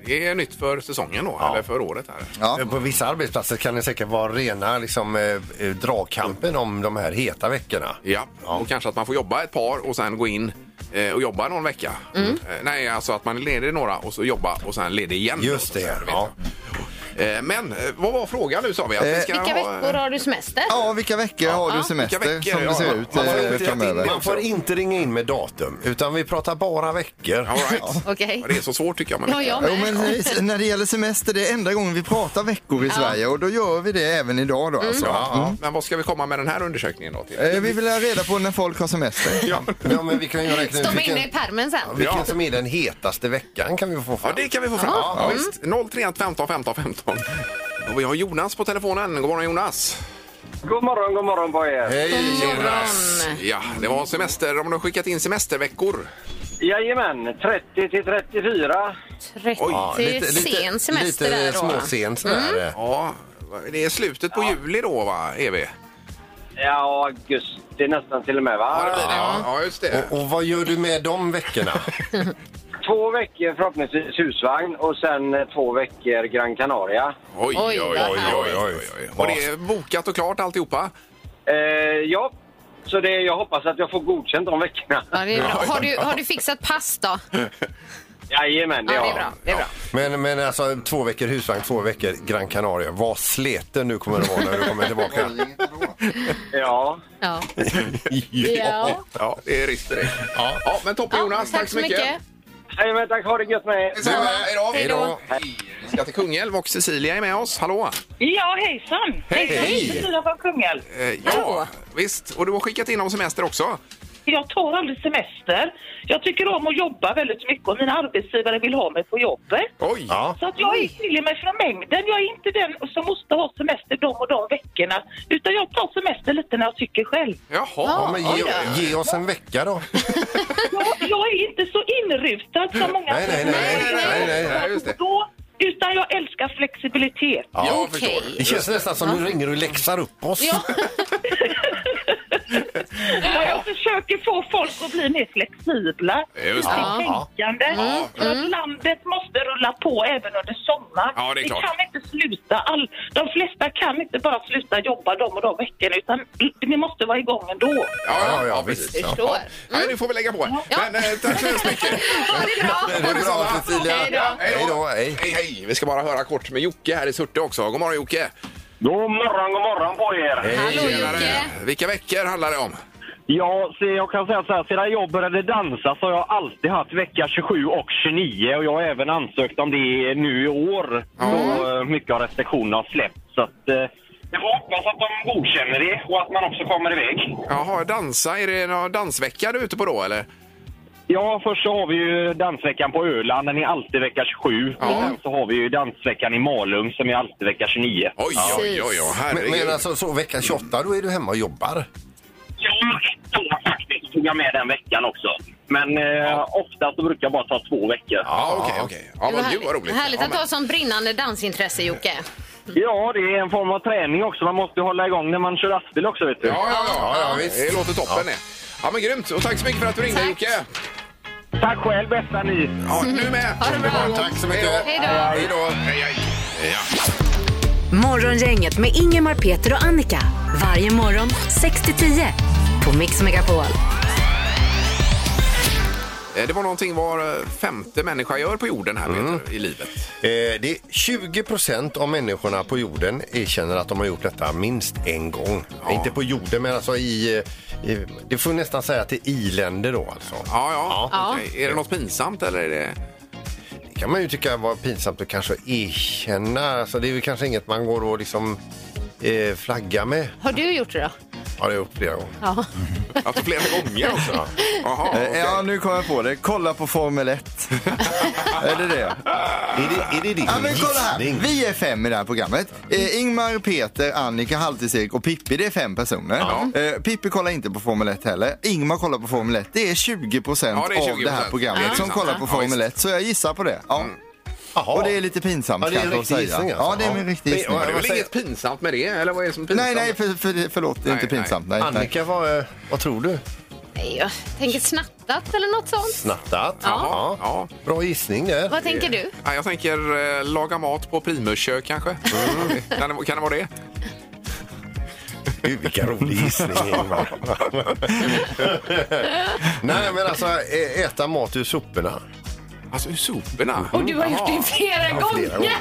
S3: Det är nytt för säsongen då, eller för året här.
S6: Ja.
S5: Eh, På vissa arbetsplatser kan det säkert vara rena liksom, eh, eh, dragkampen om de här heta veckorna.
S3: Ja, och kanske att man får jobba ett par och sen gå in eh, och jobba någon vecka. Eh, Nej, alltså att man är ledig några och så jobba och sen ledig igen.
S5: Just
S3: Och så
S5: det,
S3: här, vet
S5: ja.
S3: jag. Eh, Men eh, vad var frågan nu sa vi? Att vi
S6: Eh,
S3: ska
S4: Vilka
S3: ha, eh,
S4: veckor har du semester?
S6: Ja, vilka veckor har du semester
S3: Vilka veckor?
S6: som det ser
S3: Ja,
S6: ut
S3: man får
S6: eh,
S3: inte riktigt
S6: framöver?
S3: in det.
S5: Man får inte ringa in med datum, utan vi pratar bara veckor.
S3: All right.
S4: Okej.
S3: Det är så svårt tycker jag. Med
S4: Ja,
S3: veckor.
S6: Jo,
S4: jag
S6: men
S4: med.
S6: eh, när det gäller semester, det är enda gången vi pratar veckor i Sverige och då gör vi det även idag då alltså.
S3: Mm. Ja, Men vad ska vi komma med den här undersökningen då? Till?
S6: Eh, Vi vill ha reda på när folk har semester.
S3: Ja,
S5: Ja, men vi kan ju räkna ut
S4: Stoppa in
S5: vilken,
S4: det i pärmen sen.
S5: vilken
S3: Ja.
S5: som är den hetaste veckan kan vi få
S3: ja,
S5: fram.
S3: det kan vi få fram. Ja, visst. 031 15 15 15. Och vi har Jonas på telefonen. God morgon Jonas!
S1: God morgon, god morgon på er.
S5: Hej,
S4: Mm.
S3: Jonas! Ja, det var semester. Om du har skickat in semesterveckor.
S1: Jajamän, 30 till 34.
S4: 30 sen semester
S5: lite
S4: där då. Mm.
S5: småsen sådär.
S3: Ja, det är slutet på juli då va, E EV?
S1: Ja, augusti nästan till och med va?
S3: Ja, det blir det. Ja, ja just det.
S5: Och, och vad gör du med de veckorna?
S1: Två veckor förhoppningsvis husvagn och sen eh, två veckor Gran Canaria.
S3: Oj, oj, oj, oj, oj, oj. Och det är bokat och klart alltihopa?
S1: Eh, ja, så det, jag hoppas att jag får godkänt de veckorna.
S4: Ja, det är bra. Har, du, har du fixat pass då? Ja,
S1: Jajamän,
S4: det
S1: har
S4: är
S1: jag.
S4: bra. Det är bra.
S5: Men, men alltså två veckor husvagn, två veckor Gran Canaria. Vad sleten nu kommer det vara när du kommer tillbaka.
S1: Ja.
S4: Ja. Ja.
S3: Ja, det är risk för det. Ja, men toppen
S4: Ja,
S3: Jonas.
S4: tack så mycket.
S1: Hejmen, tack. Ha det gött med er.
S3: Du med. Hej då.
S4: Hej då.
S3: Hej. Vi ska till Kungälv och Cecilia är med oss. Hallå!
S8: Ja, hejsan!
S3: Hej.
S8: Hejsan, Cecilia från Kungälv.
S3: Eh, ja, visst. Och du har skickat in om semester också?
S8: Jag tar aldrig semester. Jag tycker om att jobba väldigt mycket och mina arbetsgivare vill ha mig på jobbet.
S3: Oj!
S5: Ja.
S8: Så att jag skiljer mig från mängden. Jag är inte den som måste ha semester de och de veckorna. Utan jag tar semester lite när jag tycker själv.
S3: Jaha.
S5: Ja, men ge, ge oss en vecka då.
S8: Jag, jag är inte så inrutad som många
S5: Nej, nej, nej. nej, nej, nej, nej.
S3: just det.
S8: Då, utan jag älskar flexibilitet.
S3: Ja, jag
S4: Okej.
S3: förstår.
S5: Det känns nästan som du ringer och läxar upp oss.
S4: Ja.
S8: Ja, jag försöker försöker få folk att bli mer flexibla
S3: Just det.
S8: i
S3: Ja.
S8: sitt tänkande.
S3: Ja.
S8: För att landet måste rulla på även under sommaren.
S3: Ja, det är
S8: Vi
S3: klart.
S8: kan inte sluta. All, de flesta kan inte bara sluta jobba de och de veckorna utan ni måste vara igång ändå.
S5: Ja, ja, precis,
S4: Förstår.
S3: Ja. Nej, nu får vi lägga på.
S4: Ja.
S3: Men, eh, tack så hemskt mycket.
S4: Ha det bra!
S5: Det är bra Cecilia.
S4: Hej då.
S5: Hej då, hej.
S3: Hej, hej. Vi ska bara höra kort med Jocke här i Surte också. God morgon Jocke.
S1: God morgon, god morgon på er!
S4: Hallå Jocke!
S3: Tjenare. Vilka veckor handlar det om?
S1: Ja, se, jag kan säga så här, sedan jag började dansa så har jag alltid haft vecka 27 och 29 och jag har även ansökt om det nu i år. Så eh, mycket av restriktionerna har släppts. Så att, eh, jag får hoppas att de godkänner det och att man också kommer iväg.
S3: Jaha, dansa. Är det någon dansvecka du är ute på då eller?
S1: Ja, först så har vi ju dansveckan på Öland, den är alltid vecka 27.
S3: Ja.
S1: Och sen så har vi ju dansveckan i Malung som är alltid vecka 29.
S3: Oj, oj, oj, oj.
S5: Men,
S3: Herregud.
S5: men alltså, så vecka 28, då är du hemma och jobbar.
S1: Ja, ett år faktiskt tog jag med den veckan också. Men eh, ofta så brukar jag bara ta två veckor.
S3: Ja, okej, okej. Ja, men gud vad roligt.
S4: Härligt
S3: Ja,
S4: att
S3: men-
S4: ha sån brinnande dansintresse Jocke.
S1: Ja, det är en form av träning också. Man måste hålla igång när man kör lastbil också, vet du.
S3: Ja, ja, ja,
S5: Ja, ja, visst.
S3: Det låter toppen det. Ja, men grymt. Och tack så mycket för att du ringde
S4: Tack.
S3: Jocke.
S1: Tack själv, bästa ni!
S3: Ja, du med.
S4: Ha det bra.
S5: Tack så mycket.
S4: Hej då.
S5: Hej då.
S3: Hej, hej. Ja.
S2: Morgongänget med Ingemar, Peter och Annika. Varje morgon 6 till 10 på Mix Megapol.
S3: Eh, Det var någonting var eh, femte människa gör på jorden här Peter, i livet.
S5: Eh, det är 20 procent av människorna på jorden erkänner att de har gjort detta minst en gång. Inte på jorden, men alltså i... eh, i det får nästan säga till i-länder då alltså.
S3: Ja, ja.
S4: Ja.
S3: Okej. Är det något pinsamt eller är det...
S5: Det kan man ju tycka var pinsamt att kanske erkänna. Alltså, det är ju kanske inget man går och liksom eh, flaggar med.
S4: Har du gjort det då?
S5: Har jag gjort flera gånger.
S4: Ja.
S3: Alltså flera gånger också? Jaha,
S6: Eh,
S3: okej.
S6: Ja, nu kommer jag på det. Kolla på Formel 1. är det det?
S5: Är det, är det din
S6: Ja, men kolla här.
S5: gissning?
S6: Vi är fem i det här programmet. Eh, Ingmar, Peter, Annika, Halvtids-Erik och Pippi, det är fem personer. Eh, Pippi kollar inte på Formel 1 heller. Ingmar kollar på Formel 1. Det är 20 procent
S3: Ja, det är
S6: av det
S3: 20%.
S6: här programmet
S3: Ja.
S6: som kollar på
S3: Ja,
S6: Formel 1. Så jag gissar på det. Ja.
S5: Jaha.
S6: Och det är lite pinsamt
S5: Ja, det är en
S6: kanske
S5: riktig gissning, alltså.
S6: Ja, det är
S5: Ja.
S6: en riktig gissning.
S3: Men det är
S5: Vad
S3: väl
S5: säger-
S3: inget pinsamt med det? Eller vad är det som är pinsamt?
S6: Nej, nej, för, för, förlåt. Det är
S3: Nej,
S6: inte
S3: nej.
S6: pinsamt. Nej, nej.
S5: Annika, vad, eh, vad tror du?
S4: Nej, jag tänker snattat eller något sånt.
S5: Snattat?
S3: Ja. Ja.
S5: Bra gissning där.
S4: Vad tänker du?
S3: Ja, jag tänker eh, laga mat på primuskök kanske. kan, det, kan det vara det?
S5: Gud, vilken rolig gissning, Ingmar. Nej, men alltså ä- äta mat ur soporna.
S3: Alltså ur soporna?
S4: Och du har gjort
S3: Jaha.
S4: det flera
S5: Flera
S4: gånger.
S5: gånger.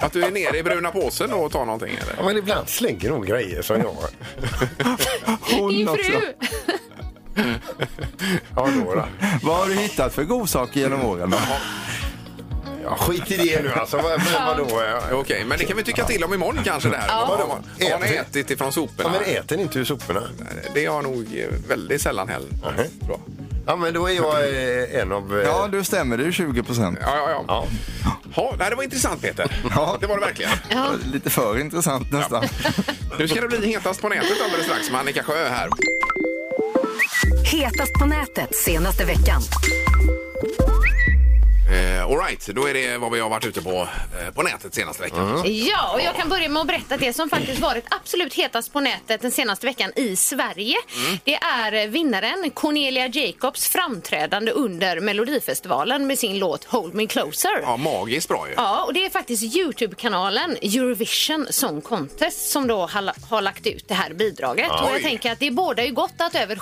S3: Att du är nere i bruna påsen och tar någonting eller?
S5: Ja, men ibland slänger hon grejer som jag.
S6: Hon
S4: Din
S6: också.
S4: fru.
S5: Ja, då, då.
S6: Vad har du hittat för godsaker genom åren? då?
S5: Ja, skit i det nu alltså. Vad, vad, vadå?
S3: Okej, men det kan vi tycka till om imorgon kanske det här. Vad har man- Har man
S5: Ätit.
S3: ätit ifrån
S5: Ja,
S3: soporna?
S5: men äter ni inte ur soporna?
S3: Det har jag nog eh, väldigt sällan heller. Bra.
S5: Ja, men då är jag eh, en av... eh,
S6: Ja, du stämmer. Det är 20 procent.
S3: Ja, ja, ja.
S5: Ja.
S3: Ha, nej, det var intressant Peter.
S6: Ja.
S3: Det var det verkligen.
S6: Lite för intressant nästan.
S3: Nu ska det bli Hetast på nätet alldeles strax med Annika Sjö här.
S2: Hetast på nätet senaste veckan.
S3: Eh, all right, då är det vad vi har varit ute på eh, på nätet senaste veckan.
S4: Mm. Ja, och jag kan börja med att berätta det som faktiskt varit absolut hetast på nätet den senaste veckan i Sverige. Det är vinnaren Cornelia Jacobs framträdande under Melodifestivalen med sin låt Hold Me Closer.
S3: Ja, magiskt bra ju.
S4: Ja, och det är faktiskt Youtube-kanalen Eurovision Song Contest som då har, har lagt ut det här bidraget. Och
S3: Oj.
S4: jag tänker att det är båda ju gott att över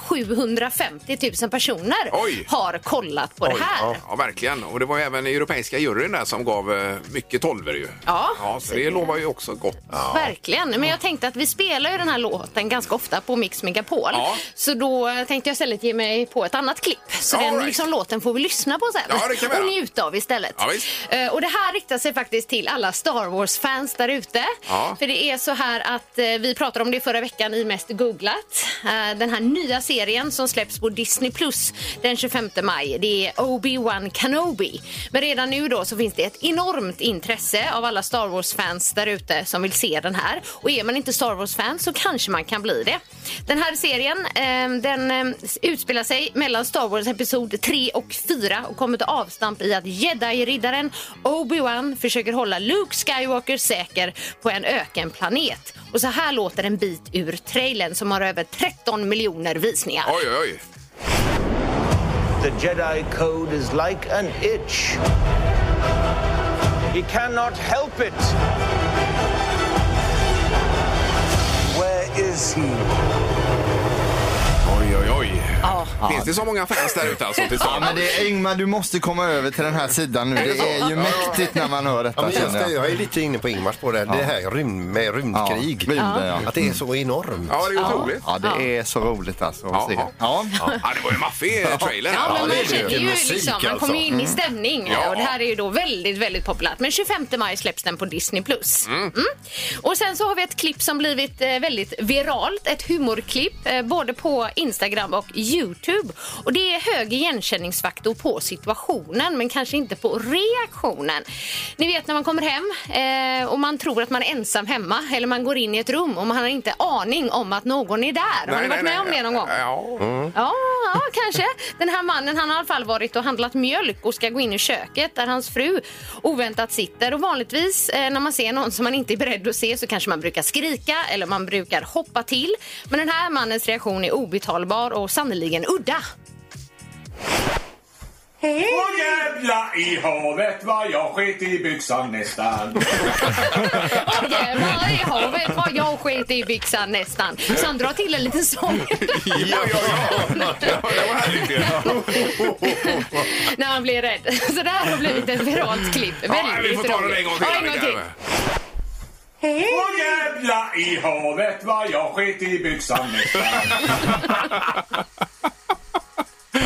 S4: 750 000 personer
S3: Oj.
S4: har kollat på det här.
S3: Ja, ja, verkligen. Och det var ju även europeiska juryn där som gav eh, mycket tolver ju.
S4: Ja.
S3: ja så det lovar ju också gott.
S4: Verkligen. Men jag tänkte att vi spelar ju den här låten ganska ofta på Mix Megapol.
S3: Ja.
S4: Så då tänkte jag istället ge mig på ett annat klipp. Så
S3: All
S4: den
S3: right.
S4: liksom, låten får vi lyssna på sen
S3: Ja, det kan vi
S4: och
S3: göra.
S4: njuta av istället.
S3: Ja, visst.
S4: Eh, och det här riktar sig faktiskt till alla Star Wars-fans där ute.
S3: Ja.
S4: För det är så här att eh, vi pratade om det förra veckan i mest googlat. Eh, den här nya serien som släpps på Disney Plus den 25 maj. Det är Obi-Wan Kenobi. Men redan nu då så finns det ett enormt intresse intresse av alla Star Wars-fans där ute som vill se den här. Och är man inte Star Wars-fan så kanske man kan bli det. Den här serien eh, den eh, utspelar sig mellan Star Wars Episod 3 och 4 och kommer till avstamp i att Jedi-riddaren Obi-Wan försöker hålla Luke Skywalker säker på en ökenplanet. Och så här låter en bit ur trailern som har över 13 miljoner visningar.
S3: Oj, oj, oj.
S9: The Jedi Code is like an itch. He cannot help it. Where is he?
S3: Oj, oj, oj. Finns det så många fans där ute alltså till
S6: Ja,
S3: stan?
S6: men det är, Ingmar, du måste komma över till den här sidan nu. Det är ju mäktigt när man hör
S5: Ja,
S6: detta
S5: men just
S6: känner
S5: det,
S6: jag.
S5: jag är lite inne på Ingmars på det, här. det här rymd, med rymdkrig.
S6: rymden, ja.
S5: Att det är så enormt.
S3: Ja, det är otroligt.
S6: Ja, det är så roligt alltså att se.
S3: Jaha.
S6: Ja.
S3: Ja, det var ju maffig eh, trailer.
S4: Ja, men
S5: det är
S4: man
S5: ju
S4: känner ju
S5: vilken musik,
S4: liksom, man
S5: alltså.
S4: kommer ju in i stämning.
S3: Ja.
S4: Och det här är ju då väldigt, väldigt populärt. Men 25 maj släpps den på Disney+. Mm. Och sen så har vi ett klipp som blivit eh, väldigt viralt. Ett humorklipp, eh, både på Instagram och Youtube. Och det är hög igenkänningsfaktor på situationen, men kanske inte på reaktionen. Ni vet när man kommer hem eh, och man tror att man är ensam hemma. Eller man går in i ett rum och man har inte aning om att någon är där. har ni
S3: Nej, nej,
S4: varit med om
S3: nej.
S4: det någon gång?
S3: Ja.
S4: Ja, ja, kanske. Den här mannen han har i alla fall varit och handlat mjölk och ska gå in i köket där hans fru oväntat sitter. Och vanligtvis eh, när man ser någon som man inte är beredd att se så kanske man brukar skrika eller man brukar hoppa till. Men den här mannens reaktion är obetalbar och sannerligen udda.
S10: Och jävla i havet vad jag skit i byxan nästan.
S4: Och jävlar Eh, i havet vad jag sket i byxan nästan. Sandra har till en liten sång.
S3: Ja, ja, ja. Det var det var härligt ju.
S4: när han blir rädd. Så det här har blivit ett viralt klipp.
S3: Ja,
S4: Väldigt
S3: vi får ta den
S4: roligt.
S3: en gång till.
S4: Ja, en gång till.
S10: Och jävla i havet vad jag skit i byxan nästan.
S3: Ja,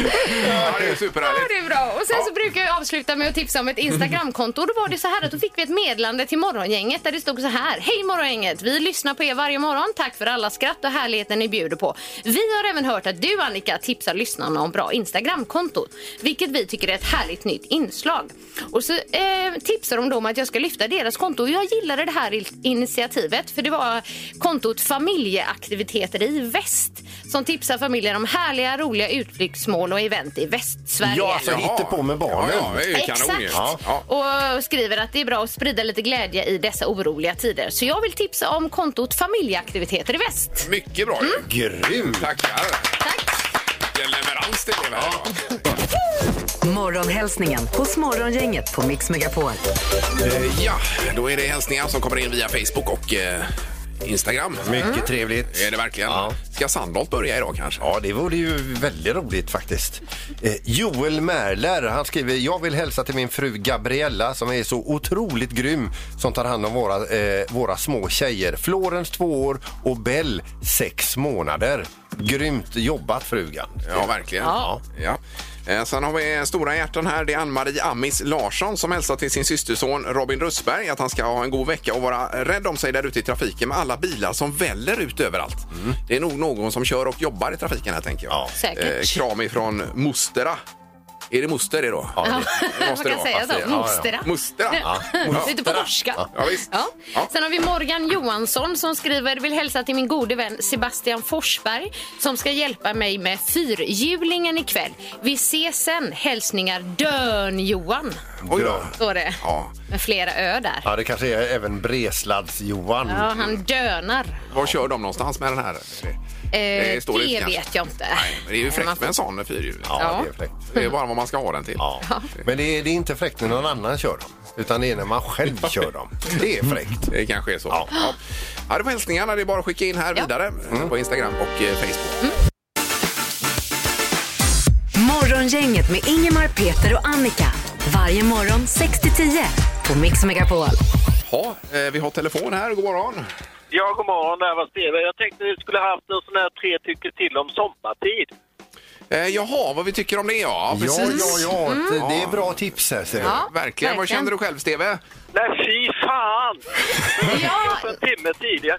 S3: det är
S4: Ja,
S3: superhärligt.
S4: det är bra. Och sen så brukar jag avsluta med att tipsa om ett Instagramkonto. Och då var det så här att då fick vi ett meddelande till morgongänget där det stod så här. Hej morgongänget! Vi lyssnar på er varje morgon. Tack för alla skratt och härligheten ni bjuder på. Vi har även hört att du Annika tipsar lyssnarna om bra Instagramkonto. Vilket vi tycker är ett härligt nytt inslag. Och så eh, tipsar de då om att jag ska lyfta deras konto. Och jag gillade det här il- initiativet. För det var kontot familjeaktiviteter i väst. Som tipsar familjer om härliga, roliga utflyktsmål och event i Västsverige.
S5: Ja, alltså,
S3: Jaha.
S5: hitta på med barnen.
S3: Ja, ja, det är ju kanon ju.
S4: Exakt.
S3: Ja.
S4: Och skriver att det är bra att sprida lite glädje i dessa oroliga tider. Så jag vill tipsa om kontot Familjeaktiviteter i väst.
S3: Mycket bra ju.
S4: Mm.
S5: Grymt!
S3: Tackar.
S4: Tack!
S3: Vilken leverans det blev här. va?
S2: Morgonhälsningen hos Morgongänget på Mix Megapol.
S3: Eh, Ja, då är det hälsningar som kommer in via Facebook och eh, Instagram.
S5: Mycket trevligt.
S3: Är det verkligen?
S5: Ja.
S3: Ska Sandholt börja idag kanske?
S5: Ja, det vore ju väldigt roligt faktiskt. Eh, Joel Merler, han skriver Jag vill hälsa till min fru Gabriella som är så otroligt grym som tar hand om våra, eh, våra små tjejer. Florens två år och Bell sex månader. Grymt jobbat frugan.
S3: Ja, verkligen.
S4: Ja.
S3: Ja. Eh, Sen har vi stora hjärtan här. Det är Ann-Marie Amis Larsson som hälsar till sin systerson Robin Rösberg att han ska ha en god vecka och vara rädd om sig där ute i trafiken med alla bilar som väller ut överallt. Det är nog någon som kör och jobbar i trafiken här tänker jag. Eh,
S5: Ja.
S4: Säkert.
S3: kram ifrån Mostera. Är det Moster det då?
S5: Ja, det-
S3: det
S4: Man
S3: måste det
S4: kan
S3: vara,
S4: säga
S3: fast det-
S4: så.
S3: ja, ja.
S4: Mostera.
S3: Mostera. Ja.
S4: Lite på norska.
S3: Ja, visst.
S4: Ja.
S3: Ja.
S4: Sen har vi Morgan Johansson som skriver vill hälsa till min gode vän Sebastian Forsberg som ska hjälpa mig med fyrhjulingen ikväll. Vi ses sen. Hälsningar Dörn-Johan.
S3: Oj då.
S4: Står det.
S3: Ja.
S4: Med flera ö där.
S5: Ja, det kanske är även Breslads-Johan.
S4: Ja, han dönar.
S3: Var kör de någonstans med den här?
S4: Eh,
S3: Det står
S4: det
S3: inte kanske.
S4: vet jag inte.
S3: Nej, men det är ju
S4: Man
S3: fräckt
S4: får-
S3: med en sån fyrhjuling.
S5: Ja,
S4: Ja.
S5: det är fräckt.
S3: Det är bara vad man ska ha den till.
S5: Ja. Men det är, det är inte fräckt när någon annan kör dem, utan det är när man själv kör dem. Det är fräckt.
S3: Det kanske är så. Ja. Ja. det var hälsningarna. Det är bara att skicka in här vidare på Instagram och eh, Facebook.
S2: Morgongänget med Ingemar, Peter och Annika. Varje morgon 6 till 10 på Mix Megapol.
S3: Ja, eh, vi har telefon här. God morgon.
S11: Ja, god morgon. Det här var Steve. Jag tänkte ni skulle haft en sån här tre tycker till om sommartid.
S3: Eh, jaha, vad vi tycker om det ja.
S5: Ja, ja,
S3: Precis. Mm.
S5: ja. Det- Det är bra tips här. ser du.
S4: Ja,
S3: Verkligen. Mm. Vad kände du själv, Steve?
S11: Nej, fy fan!
S4: Ja,
S11: En timme tidigare.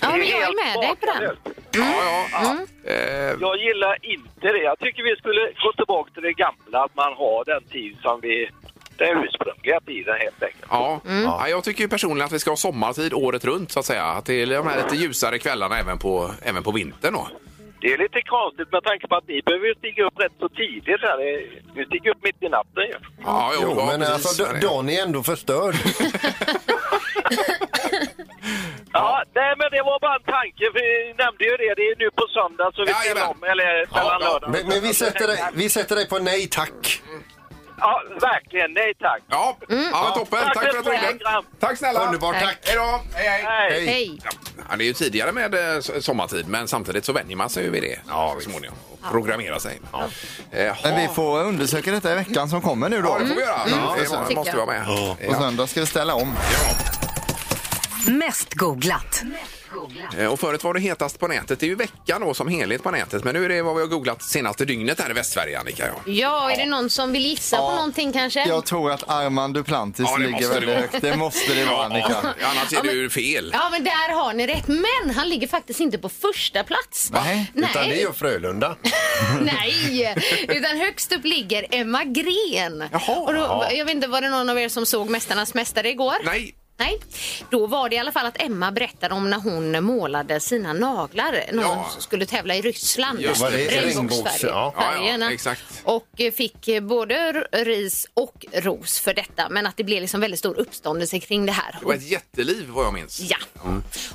S4: ja men jag är med dig på den.
S3: Ja, ja. Eh,
S11: Jag gillar inte det. Jag tycker vi skulle gå tillbaka till det gamla, att man har den tid som vi den ursprungliga bilen helt enkelt.
S3: Ja. ja, jag tycker ju personligen att vi ska ha sommartid året runt så att säga. Att det är de här lite ljusare kvällarna även på, även på vintern då.
S11: Det är lite konstigt med tanke på att ni behöver ju stiga upp rätt så tidigt här. Ni- Ni stiger upp mitt i natten ju.
S3: Ja, jo, eh,
S5: Jo,
S3: ja,
S5: men
S3: precis.
S5: alltså d- dagen är ändå förstörd.
S11: Ja, nej men det var bara en tanke. För ni nämnde ju det. Det är nu på söndag så vi ställer
S3: Jajamän.
S11: om. Eller mellan
S3: ja.
S11: lördagen.
S5: Men, men vi, sätter dig, vi sätter dig på nej tack.
S11: Ja, verkligen. Nej tack.
S3: Ja, ja men toppen. Tack,
S11: Tack
S3: för att
S11: för
S3: du ringde.
S11: program.
S3: Tack snälla.
S5: Underbart, tack.
S3: Hej då. Hej, hej.
S11: Nej.
S4: Hej.
S3: Ja, det är ju tidigare med eh, s- sommartid, men samtidigt så vänjer man sig ju vid det ja, så småningom. Och programmerar sig. Ja. Eh,
S6: Men vi
S3: ha.
S6: får undersöka detta i veckan som kommer nu då.
S3: Ja, det får vi göra.
S6: Ja,
S3: det
S6: precis.
S3: må- måste vara med.
S6: På söndag ska vi ställa om.
S2: Mest googlat.
S3: Eh, Och förut var det hetast på nätet. Det är ju veckan då som helhet på nätet. Men nu är det vad vi har googlat senaste dygnet här i Västsverige, Annika. Ja.
S4: Ja, är det någon som vill gissa på
S6: Ja.
S4: någonting kanske?
S6: Jag tror att Armand Duplantis
S3: Ja, det måste
S6: ligger
S3: det
S6: väldigt
S3: vara.
S6: högt. Det måste det vara Annika.
S3: Ja, annars är det ju fel.
S4: Ja, men där har ni rätt. Men han ligger faktiskt inte på första plats.
S6: Nej,
S4: Nej,
S5: Utan det är ju Frölunda.
S4: nej. Utan högst upp ligger Emma Gren.
S3: Jaha.
S4: Och då, jag vet inte, var det någon av er som såg Mästarnas Mästare igår?
S3: Nej.
S4: Nej, då var det i alla fall att Emma berättade om när hon målade sina naglar när
S3: Ja.
S4: hon skulle tävla i Ryssland.
S3: Just
S5: det, det är regnbågs-
S4: Regnbågsfärg-
S5: ja.
S4: färgerna.
S3: Ja, ja, exakt.
S4: Och eh, fick eh, både r- ris och ros för detta. Men att det blev liksom väldigt stor uppståndelse kring det här.
S3: Det var ett jätteliv vad jag minns.
S4: Ja,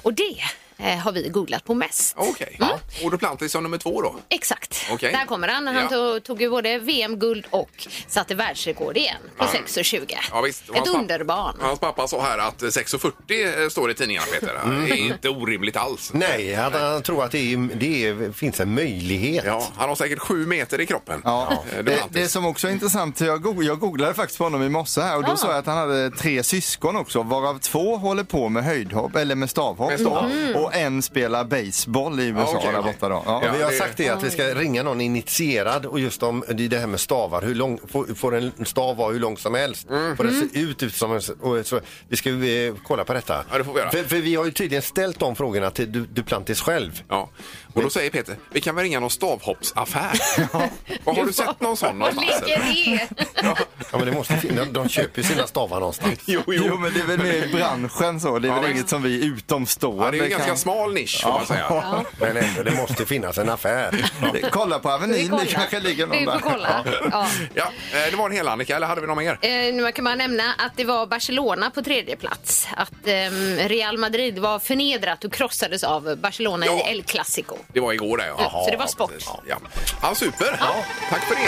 S4: och det eh, har vi googlat på mest.
S3: Okej.
S4: Mm.
S3: Ja. Och Duplantis som nummer två då?
S4: Exakt.
S3: Oh. Okej.
S4: Där kommer han. Han
S3: Ja.
S4: tog, tog ju både VM-guld och satte världsrekord igen på 6,20.
S3: Ja, visst. Och
S4: Ett
S3: hans pappa-
S4: underbarn.
S3: Hans pappa sa här att 6.40 eh, står i tidningarna, Peter. Det är inte orimligt alls.
S5: Nej, han, han tror att det, är, det är, finns en möjlighet.
S3: Ja, han har säkert sju meter i kroppen.
S6: Ja,
S3: Eh,
S6: det,
S3: Duplantis.
S6: det som också är intressant, jag, goog- jag googlade faktiskt på honom i morse här och då
S4: Ah.
S6: sa jag att han hade tre syskon också, varav två håller på med höjdhopp, eller med stavhopp.
S3: Med stavhopp.
S4: Mm.
S6: Och en spelar baseball i USA
S3: okej,
S6: där
S3: okej.
S6: borta då. Ja.
S5: Ja, vi har
S3: det-
S5: sagt det att vi ska ringa någon initierad och just om det är det här med stavar. Hur lång får, får en stav vara hur lång som helst?
S3: Mhm.
S5: Får den se ut, ut som en, och så, Vi ska eh, kolla på detta.
S3: Ja, det får vi göra.
S5: För, för vi har ju tydligen ställt de frågorna till Du- Duplantis själv.
S3: Ja. Och då säger Peter, vi kan väl ringa någon stavhoppsaffär? Och har du sett någon sån
S4: Var
S3: någonstans?
S4: ligger det?
S5: Ja, men det måste finnas, de köper ju sina stavar någonstans.
S3: Jo,
S6: Jo. men det är väl mer i branschen så, det är
S3: Ja,
S6: väl
S3: visst.
S6: inget som vi utomstående
S3: Ja, det är ju en ganska smal nisch får man säga.
S5: Men ändå, det måste finnas en affär.
S6: Det- Kolla på
S4: Vi
S6: Avenyn,
S4: kollar.
S6: det kanske ligger någon
S4: Vi
S6: där.
S4: får kolla. Ja.
S3: Ja, eh, det var en hel Annika, eller hade vi någon mer?
S4: Eh, nu kan man nämna att det var Barcelona på tredje plats. Att ehm, Real Madrid var förnedrat och krossades av Barcelona
S3: Ja.
S4: i El Clasico.
S3: Det var igår det. ja.
S4: Mm, så det var
S3: Ja,
S4: sport.
S3: precis. Ja. Ja, super. Tack för det.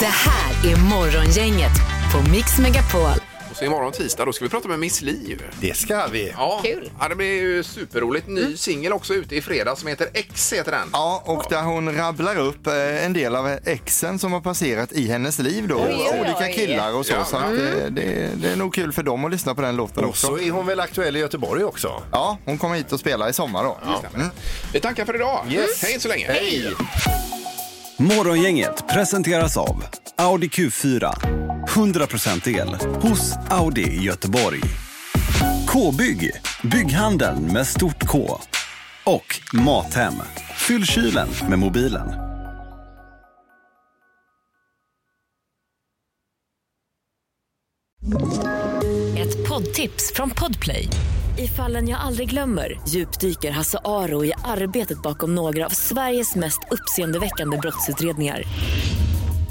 S2: Det här är Morgongänget på Mix Megapol.
S3: Och så imorgon tisdag då ska vi prata med Miss Li.
S5: Det ska vi.
S3: Ja.
S4: Kul.
S3: ja, det blir ju superroligt. Ny singel också ute i fredag som heter X heter den.
S6: Ja, och där hon rabblar upp eh, en del av exen som har passerat i hennes liv då.
S4: Oj, oj,
S6: Olika
S4: oj. Mm.
S6: killar och så.
S3: Ja.
S6: så att, eh, det, det är nog kul för dem att lyssna på den låten
S5: Och så
S6: också.
S5: är hon väl aktuell i Göteborg också?
S6: Ja, hon kommer hit och spelar i sommar då. Mm.
S3: Vi tackar för idag.
S5: Yes.
S3: Hej så länge.
S5: Hej!
S12: Morgongänget presenteras av Audi Q4. 100% el hos Audi i Göteborg. K-bygg. Bygghandeln med stort K. Och Mathem. Fyll kylen med mobilen.
S13: Ett poddtips från Podplay. I fallen jag aldrig glömmer djupdyker Hasse Aro i arbetet bakom några av Sveriges mest uppseendeväckande brottsutredningar.